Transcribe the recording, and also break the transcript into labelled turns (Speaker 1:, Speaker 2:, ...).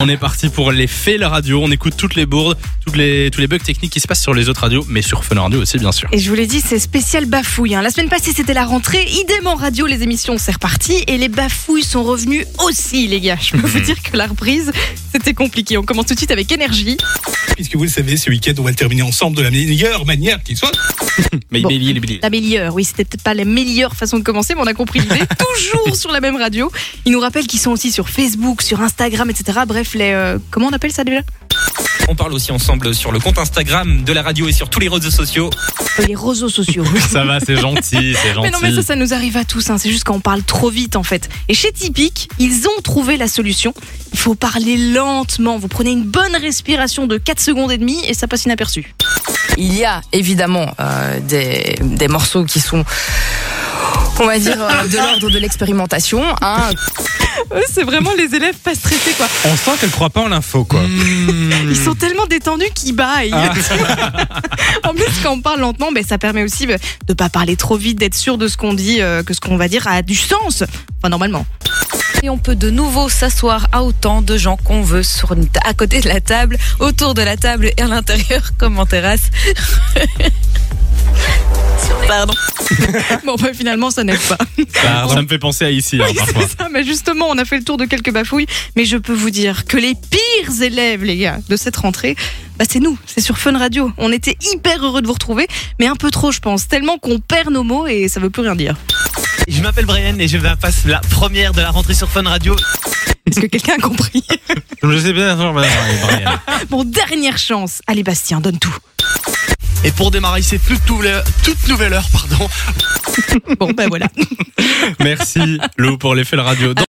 Speaker 1: On est parti pour les faits la radio. On écoute toutes les bourdes, toutes les, tous les bugs techniques qui se passent sur les autres radios, mais sur Fun Radio aussi, bien sûr.
Speaker 2: Et je vous l'ai dit, c'est spécial bafouille. hein. La semaine passée, c'était la rentrée. Idem en radio, les émissions, c'est reparti. Et les bafouilles sont revenues aussi, les gars. Je peux
Speaker 3: Mhm.
Speaker 2: vous dire que la reprise, c'était compliqué. On commence tout de suite avec énergie.
Speaker 4: Puisque vous le savez, ce week-end, on va le terminer ensemble de la meilleure manière qui soit.
Speaker 1: Mais
Speaker 2: Bon.
Speaker 1: mais il est- il est-
Speaker 2: La meilleure, oui, c'était peut-être pas la meilleure façon de commencer, mais on a compris l'idée. Toujours sur la même radio. Ils nous rappellent qu'ils sont aussi sur Facebook, sur Instagram, etc. Bref, les. euh, comment on appelle ça déjà
Speaker 3: On parle aussi ensemble sur le compte Instagram de la radio et sur tous les réseaux sociaux.
Speaker 2: Euh, Les réseaux sociaux.
Speaker 1: Ça va, c'est gentil, c'est gentil.
Speaker 2: Mais non, mais ça, ça nous arrive à tous. hein. C'est juste qu'on parle trop vite, en fait. Et chez Typique, ils ont trouvé la solution. Il faut parler lentement. Vous prenez une bonne respiration de 4 secondes et demie et ça passe inaperçu.
Speaker 5: Il y a évidemment euh, des, des morceaux qui sont, on va dire, euh, de l'ordre de l'expérimentation. Hein.
Speaker 2: c'est vraiment les élèves pas stressés, quoi.
Speaker 4: On sent qu'elle croit pas en l'info, quoi.
Speaker 1: Hmm,
Speaker 2: Ils sont tellement détendus qu'ils baillent. en plus, quand on parle lentement, ben, ça permet aussi ben, de pas parler trop vite, d'être sûr de ce qu'on dit, euh, que ce qu'on va dire a du sens. Enfin, normalement.
Speaker 6: Et on peut de nouveau s'asseoir à autant de gens qu'on veut sur une ta- à côté de la table, autour de la table et à l'intérieur comme en terrasse. Pardon.
Speaker 2: Bon, ben, finalement, ça n'aide pas.
Speaker 1: Ça, ça me fait penser à ici, hein, parfois.
Speaker 2: Ah, mais justement, on a fait le tour de quelques bafouilles, mais je peux vous dire que les pires élèves, les gars, de cette rentrée, bah c'est nous, c'est sur Fun Radio. On était hyper heureux de vous retrouver, mais un peu trop, je pense, tellement qu'on perd nos mots et ça veut plus rien dire.
Speaker 7: Je m'appelle Brian et je vais passer la première de la rentrée sur Fun Radio.
Speaker 2: Est-ce que quelqu'un a compris
Speaker 1: Je sais bien, genre, bah, Brian.
Speaker 2: Bon, dernière chance. Allez, Bastien, donne tout.
Speaker 7: Et pour démarrer cette toute nouvelle, toute nouvelle heure, pardon,
Speaker 2: Bon, ben voilà.
Speaker 1: Merci, Lou, pour les faits la radio. Dans-